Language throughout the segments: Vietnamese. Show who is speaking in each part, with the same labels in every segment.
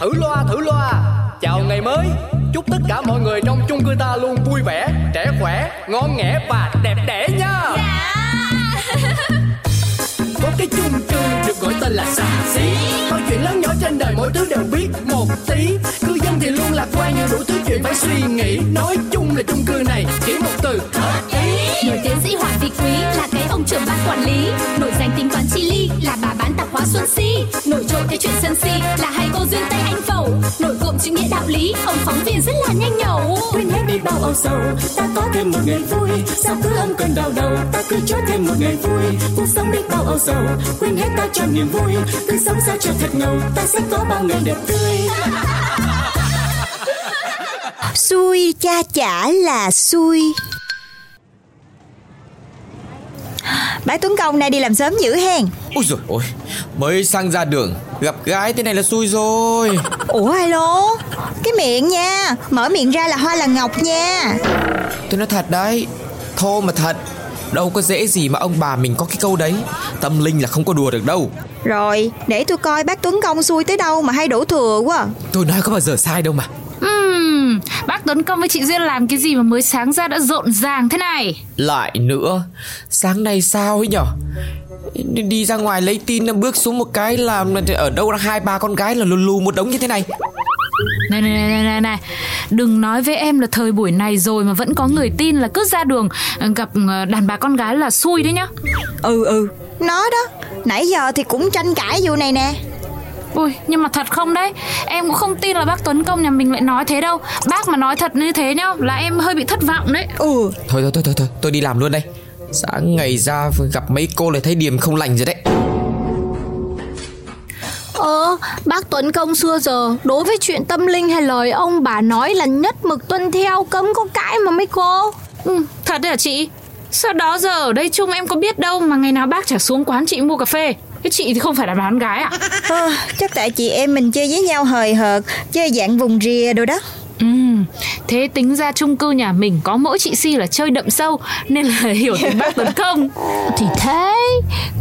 Speaker 1: thử loa thử loa chào ngày mới chúc tất cả mọi người trong chung cư ta luôn vui vẻ trẻ khỏe ngon nghẻ và đẹp đẽ nha có cái chung cư được gọi tên là xà xí mọi chuyện lớn nhỏ trên đời mỗi thứ đều biết một tí cư dân thì luôn lạc quan nhiều đủ thứ chuyện phải suy nghĩ nói chung là chung cư này chỉ một từ hợp ý
Speaker 2: Nổi tiến sĩ Hoàng Vị Quý là cái ông trưởng ban quản lý Nổi danh tính toán chi ly là bà bán tạp hóa Xuân Si Nổi trội cái chuyện sân si là hai cô duyên tay anh phẩu Nổi cộm chữ nghĩa đạo lý, ông phóng viên rất là nhanh nhẩu
Speaker 3: quên hết đi bao âu sầu ta có thêm một ngày vui sao cứ âm cơn đau đầu ta cứ cho thêm một ngày vui cuộc sống đi bao âu sầu quên hết ta cho niềm vui cứ sống sao cho thật ngầu ta sẽ có bao ngày đẹp tươi
Speaker 4: Xui cha chả là xui Bác Tuấn Công nay đi làm sớm dữ hen
Speaker 5: Ôi rồi ôi Mới sang ra đường Gặp gái thế này là xui rồi
Speaker 4: Ủa alo Cái miệng nha Mở miệng ra là hoa là ngọc nha
Speaker 5: Tôi nói thật đấy Thô mà thật Đâu có dễ gì mà ông bà mình có cái câu đấy Tâm linh là không có đùa được đâu
Speaker 4: Rồi để tôi coi bác Tuấn Công xui tới đâu mà hay đổ thừa quá
Speaker 5: Tôi nói có bao giờ sai đâu mà
Speaker 6: Ừm, bác Tuấn Công với chị Duyên làm cái gì mà mới sáng ra đã rộn ràng thế này?
Speaker 5: Lại nữa Sáng nay sao ấy nhở đi, đi ra ngoài lấy tin bước xuống một cái là ở đâu là hai ba con gái là lù lù một đống như thế này
Speaker 6: Này này này này này, này. đừng nói với em là thời buổi này rồi mà vẫn có người tin là cứ ra đường ờ, gặp ờ, đàn bà con gái là xui đấy nhá.
Speaker 4: Ừ ừ Nó đó Nãy giờ thì cũng tranh cãi vụ này nè
Speaker 6: Ui, nhưng mà thật không đấy, em cũng không tin là bác Tuấn Công nhà mình lại nói thế đâu. Bác mà nói thật như thế nhá, là em hơi bị thất vọng đấy.
Speaker 4: Ừ
Speaker 5: Thôi thôi thôi thôi, thôi. tôi đi làm luôn đây Sáng ngày ra gặp mấy cô lại thấy điểm không lành rồi đấy
Speaker 7: Ờ, bác Tuấn Công xưa giờ đối với chuyện tâm linh hay lời ông bà nói là nhất mực tuân theo cấm có cãi mà mấy cô.
Speaker 6: Ừ, thật đấy hả chị? Sao đó giờ ở đây chung em có biết đâu mà ngày nào bác chả xuống quán chị mua cà phê. Thế chị thì không phải là bán gái à?
Speaker 4: Ờ, Chắc tại chị em mình chơi với nhau hời hợt Chơi dạng vùng rìa đồ đó
Speaker 6: Ừ, thế tính ra chung cư nhà mình có mỗi chị Si là chơi đậm sâu nên là hiểu tính bác Tuấn Công.
Speaker 7: Thì thế,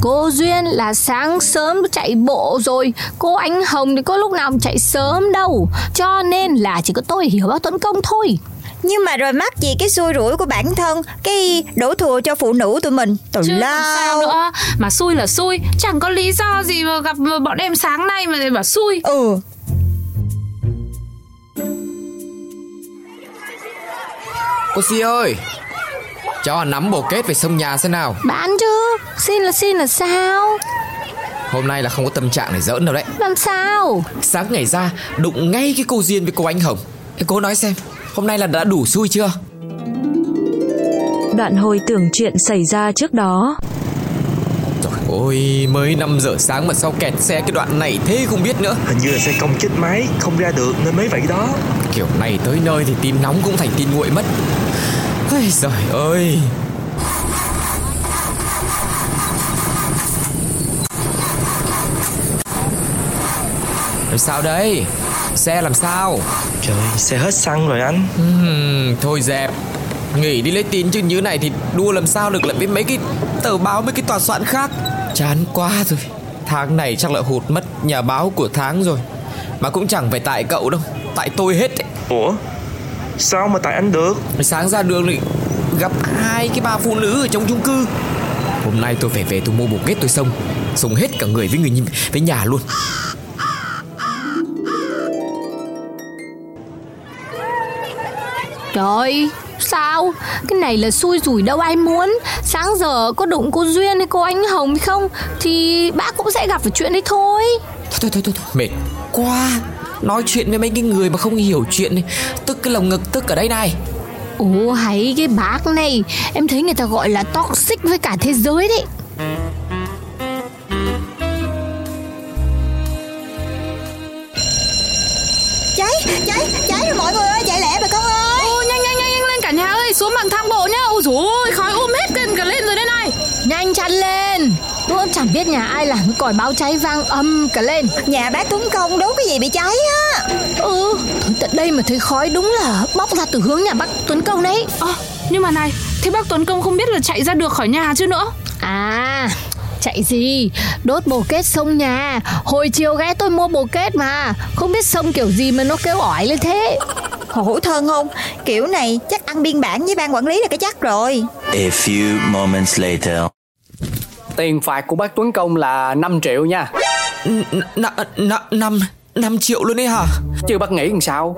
Speaker 7: cô Duyên là sáng sớm chạy bộ rồi, cô Ánh Hồng thì có lúc nào mà chạy sớm đâu. Cho nên là chỉ có tôi hiểu bác Tuấn Công thôi.
Speaker 4: Nhưng mà rồi mắc gì cái xui rủi của bản thân Cái đổ thừa cho phụ nữ tụi mình Tụi
Speaker 6: Chứ làm
Speaker 4: lao
Speaker 6: sao nữa, mà xui là xui, chẳng có lý do gì mà gặp bọn em sáng nay mà lại bảo xui.
Speaker 4: Ừ
Speaker 5: Cô Si ơi Cho nắm bồ kết về sông nhà xem nào
Speaker 7: Bán chứ, xin là xin là sao?
Speaker 5: Hôm nay là không có tâm trạng để giỡn đâu đấy
Speaker 7: Làm sao?
Speaker 5: Sáng ngày ra đụng ngay cái cô Duyên với cô Ánh Hồng Ê, Cô nói xem Hôm nay là đã đủ xui chưa
Speaker 8: Đoạn hồi tưởng chuyện xảy ra trước đó
Speaker 5: Trời ơi mới 5 giờ sáng mà sao kẹt xe cái đoạn này thế không biết nữa
Speaker 9: Hình như là xe công chết máy Không ra được nên mới vậy đó
Speaker 5: Kiểu này tới nơi thì tin nóng cũng thành tin nguội mất Ây giời ơi Làm sao đấy Xe làm sao
Speaker 9: Trời xe hết xăng rồi anh
Speaker 5: Ừm, Thôi dẹp Nghỉ đi lấy tin chứ như này thì đua làm sao được lại với mấy cái tờ báo mấy cái tòa soạn khác Chán quá rồi Tháng này chắc là hụt mất nhà báo của tháng rồi Mà cũng chẳng phải tại cậu đâu Tại tôi hết ấy.
Speaker 9: Ủa Sao mà tại anh được
Speaker 5: Sáng ra đường thì gặp hai cái bà phụ nữ ở trong chung cư Hôm nay tôi phải về tôi mua bộ kết tôi xong Xong hết cả người với người nhìn- với nhà luôn
Speaker 7: Trời sao cái này là xui rủi đâu ai muốn sáng giờ có đụng cô duyên hay cô ánh hồng hay không thì bác cũng sẽ gặp phải chuyện đấy thôi
Speaker 5: Thôi thôi thôi, thôi, thôi. mệt quá Nói chuyện với mấy cái người mà không hiểu chuyện này Tức cái lồng ngực tức ở đây này
Speaker 7: ồ hay cái bác này em thấy người ta gọi là toxic với cả thế giới đấy
Speaker 4: Cháy, cháy, cháy rồi mọi người ơi Chạy lẹ bà con ơi
Speaker 6: Ô, nhanh nhanh nhanh nhanh lên cả nhà ơi, xuống bằng thang bộ nhá. Ôi dồi ôi, khói um hết lên cả lên rồi đây này.
Speaker 7: nhanh chăn lên tôi cũng chẳng biết nhà ai làm cái còi báo cháy vang âm cả lên
Speaker 4: Nhà bác Tuấn Công đố cái gì bị cháy á
Speaker 7: ừ thôi tận đây mà thấy khói đúng là bóc ra từ hướng nhà bác tuấn công đấy
Speaker 6: Ờ, nhưng mà này, thế bác Tuấn Công không biết là chạy ra được khỏi nhà chứ nữa.
Speaker 7: À, Chạy gì? Đốt bồ kết sông nhà. Hồi chiều ghé tôi mua bồ kết mà. Không biết sông kiểu gì mà nó kêu ỏi lên thế.
Speaker 4: Hổ thân không? Kiểu này chắc ăn biên bản với ban quản lý là cái chắc rồi.
Speaker 10: A few moments later.
Speaker 1: Tiền phạt của bác Tuấn Công là 5 triệu nha
Speaker 5: năm năm năm triệu luôn ấy hả
Speaker 1: Chứ bác nghĩ làm sao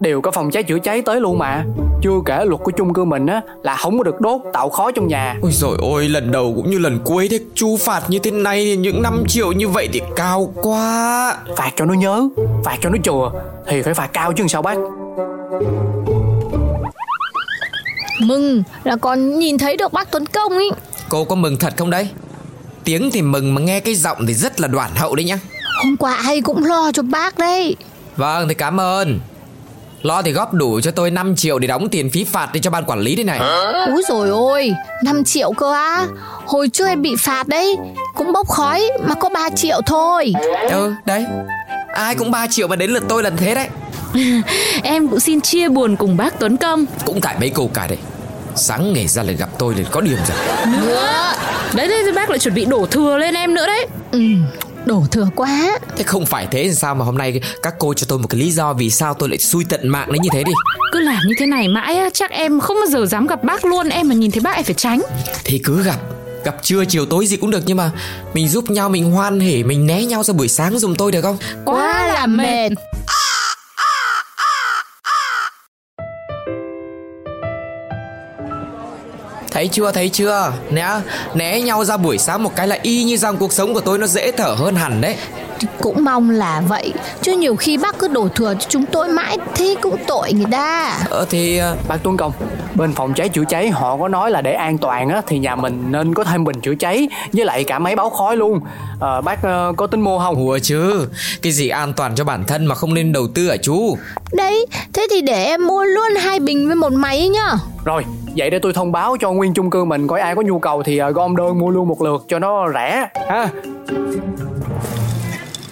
Speaker 1: Đều có phòng cháy chữa cháy tới luôn mà Chưa kể luật của chung cư mình á Là không có được đốt tạo khói trong nhà
Speaker 5: Ôi rồi ôi lần đầu cũng như lần cuối thế Chu phạt như thế này thì những 5 triệu như vậy thì cao quá
Speaker 1: Phạt cho nó nhớ Phạt cho nó chùa Thì phải phạt cao chứ sao bác
Speaker 7: Mừng là còn nhìn thấy được bác Tuấn Công ý.
Speaker 5: Cô có mừng thật không đấy Tiếng thì mừng mà nghe cái giọng thì rất là đoạn hậu đấy nhá
Speaker 7: Hôm qua ai cũng lo cho bác đấy.
Speaker 5: Vâng thì cảm ơn Lo thì góp đủ cho tôi 5 triệu để đóng tiền phí phạt đi cho ban quản lý đây này
Speaker 7: Úi rồi ôi, 5 triệu cơ á. Hồi trước em bị phạt đấy, cũng bốc khói mà có 3 triệu thôi.
Speaker 5: Ừ đấy Ai cũng 3 triệu mà đến lượt tôi lần thế đấy
Speaker 6: Em cũng xin chia buồn cùng bác Tuấn Công
Speaker 5: Cũng tại mấy câu cả đấy Sáng ngày ra lại gặp tôi liền có điểm rồi
Speaker 6: Nữa Đấy đấy bác lại chuẩn bị đổ thừa lên em nữa đấy
Speaker 7: Ừ, đổ thừa quá.
Speaker 5: Thế không phải thế thì sao mà hôm nay các cô cho tôi một cái lý do Vì sao tôi lại xui tận mạng đấy như thế đi
Speaker 6: Cứ làm như thế này mãi á, chắc em không bao giờ dám gặp bác luôn Em mà nhìn thấy bác em phải tránh
Speaker 5: Thì cứ gặp Gặp trưa chiều tối gì cũng được nhưng mà Mình giúp nhau mình hoan hỉ Mình né nhau ra buổi sáng dùng tôi được không
Speaker 7: Quá là mệt.
Speaker 5: Thấy chưa thấy chưa Né né nhau ra buổi sáng một cái là y như rằng cuộc sống của tôi nó dễ thở hơn hẳn đấy
Speaker 7: Cũng mong là vậy, chứ nhiều khi bác cứ đổ thừa cho chúng tôi mãi thế cũng tội người ta.
Speaker 5: Ờ thì ờ,
Speaker 1: Bác Tuấn Công Bên phòng cháy chữa cháy họ có nói là để an toàn á Thì nhà mình nên có thêm bình chữa cháy Với lại cả máy báo khói luôn Ờ, Bác ờ, có tính mua không
Speaker 5: Hùa chứ Cái gì an toàn cho bản thân mà không nên đầu tư hả chú
Speaker 7: Đấy, thế thì để em mua luôn hai bình với một máy ấy nhá.
Speaker 1: Rồi, vậy để tôi thông báo cho nguyên chung cư mình coi ai có nhu cầu thì ờ, gom đơn mua luôn một lượt cho nó rẻ ha.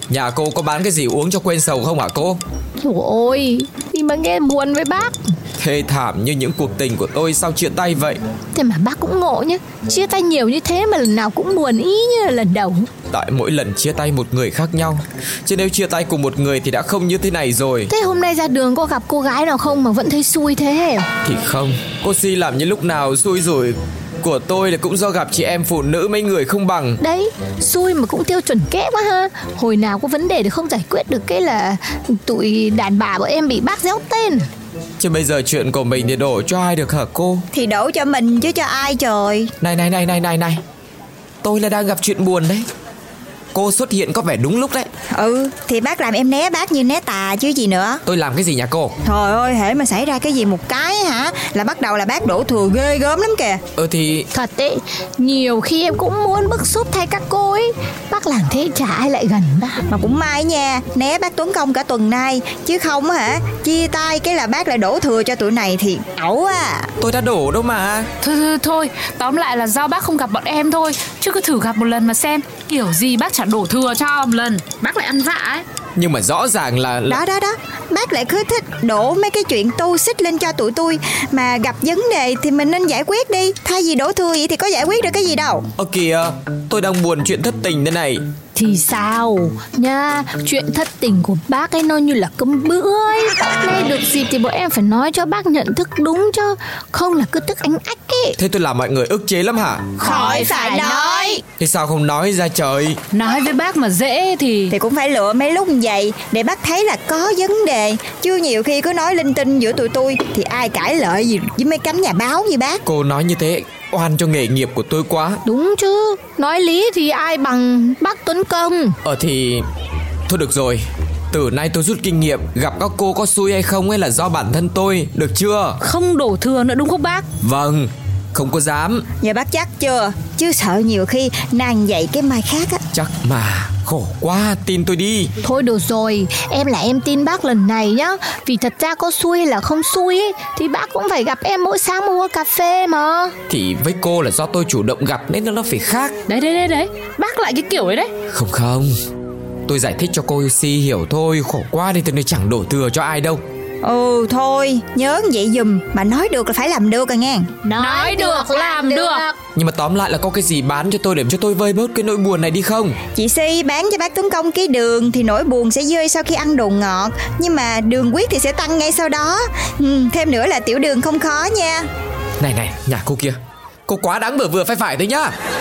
Speaker 5: Nhà cô có bán cái gì uống cho quên sầu không hả cô
Speaker 7: Trời ơi, đi mà nghe buồn với bác.
Speaker 5: Thê thảm như những cuộc tình của tôi sao chia tay vậy
Speaker 7: Thế mà bác cũng ngộ nhá, chia tay nhiều như thế mà lần nào cũng buồn ý như là lần đầu.
Speaker 5: Tại mỗi lần chia tay một người khác nhau Chứ nếu chia tay cùng một người thì đã không như thế này rồi
Speaker 7: Thế hôm nay ra đường có gặp cô gái nào không mà vẫn thấy xui thế?
Speaker 5: Thì không Cô Si làm như lúc nào xui rủi Của tôi là cũng do gặp chị em phụ nữ mấy người không bằng
Speaker 7: Đấy, xui mà cũng tiêu chuẩn kẽ quá ha Hồi nào có vấn đề thì không giải quyết được cái là Tụi đàn bà bọn em bị bác déo tên
Speaker 5: Chứ bây giờ chuyện của mình thì đổ cho ai được hả cô
Speaker 4: Thì đổ cho mình chứ cho ai trời.
Speaker 5: Này này này này này này Tôi là đang gặp chuyện buồn đấy Cô xuất hiện có vẻ đúng lúc đấy
Speaker 4: Ừ, thì bác làm em né bác như né tà chứ gì nữa.
Speaker 5: Tôi làm cái gì nhà cô
Speaker 4: Trời ơi, hễ mà xảy ra cái gì một cái hả là bắt đầu là bác đổ thừa ghê gớm lắm kìa.
Speaker 5: Ờ thì
Speaker 7: Thật đấy, nhiều khi em cũng muốn bức xúc thay các cô ấy Bác làm thế chả ai lại gần bác
Speaker 4: Mà cũng may nha, né bác Tuấn Công cả tuần nay chứ không á hả, chia tay cái là bác lại đổ thừa cho tụi này thì ẩu à.
Speaker 5: tôi đã đổ đâu mà
Speaker 6: Thôi thôi thôi Tóm lại là do bác không gặp bọn em thôi Chứ cứ thử gặp một lần mà xem Kiểu gì bác chả đổ thừa cho một lần Bác lại ăn vạ ấy
Speaker 5: Nhưng mà rõ ràng là, là...
Speaker 4: Đó đó đó, bác lại cứ thích đổ mấy cái chuyện tu xích lên cho tụi tôi mà gặp vấn đề thì mình nên giải quyết đi, thay vì đổ thừa vậy thì có giải quyết được cái gì đâu.
Speaker 5: Ơ Ờ, kìa Tôi đang buồn chuyện thất tình thế này
Speaker 7: Thì sao, nha Chuyện thất tình của bác ấy nó như là cơm bữa ấy Nay được dịp thì bọn em phải nói cho bác nhận thức đúng chứ Không là cứ tức ánh ách ấy
Speaker 5: Thế tôi làm mọi người ức chế lắm hả
Speaker 4: Khỏi phải nói.
Speaker 5: Thế sao không nói ra trời
Speaker 6: Nói với bác mà dễ thì
Speaker 4: thì cũng phải lựa mấy lúc như vậy để bác thấy là có vấn đề chứ nhiều khi cứ nói linh tinh giữa tụi tôi thì ai cãi lợi gì với mấy cánh nhà báo như bác
Speaker 5: Cô nói như thế Oan cho nghề nghiệp của tôi quá
Speaker 7: Đúng chứ, nói lý thì ai bằng bác Tuấn Công
Speaker 5: Ờ thì Thôi được rồi Từ nay tôi rút kinh nghiệm Gặp các cô có xui hay không ấy là do bản thân tôi Được chưa
Speaker 6: không đổ thừa nữa đúng không bác
Speaker 5: Vâng Không có dám
Speaker 4: giờ bác chắc chưa chứ sợ nhiều khi nàng dạy cái mai khác á
Speaker 5: Chắc mà Khổ quá Tin tôi đi
Speaker 7: Thôi được rồi, em là em tin bác lần này nhá Vì thật ra có xui hay là không xui ấy, Thì bác cũng phải gặp em mỗi sáng mua cà phê mà
Speaker 5: Thì với cô là do tôi chủ động gặp Nên nó phải khác
Speaker 6: Đấy đấy đấy đấy Bác lại cái kiểu ấy đấy
Speaker 5: Không không Tôi giải thích cho cô Si hiểu thôi Khổ quá đi tôi nên chẳng đổ thừa cho ai đâu
Speaker 4: Ừ thôi Nhớ như vậy dùm Mà nói được là phải làm được à nghe
Speaker 6: Nói được, làm được.
Speaker 5: Nhưng mà tóm lại là có cái gì bán cho tôi để cho tôi vơi bớt cái nỗi buồn này đi không
Speaker 4: Chị Si bán cho bác Tuấn Công ký đường Thì nỗi buồn sẽ rơi sau khi ăn đồ ngọt Nhưng mà đường quyết thì sẽ tăng ngay sau đó ừ, Thêm nữa là tiểu đường không khó nha
Speaker 5: Này này nhà cô kia Cô quá đáng vừa vừa phải phải thôi nhá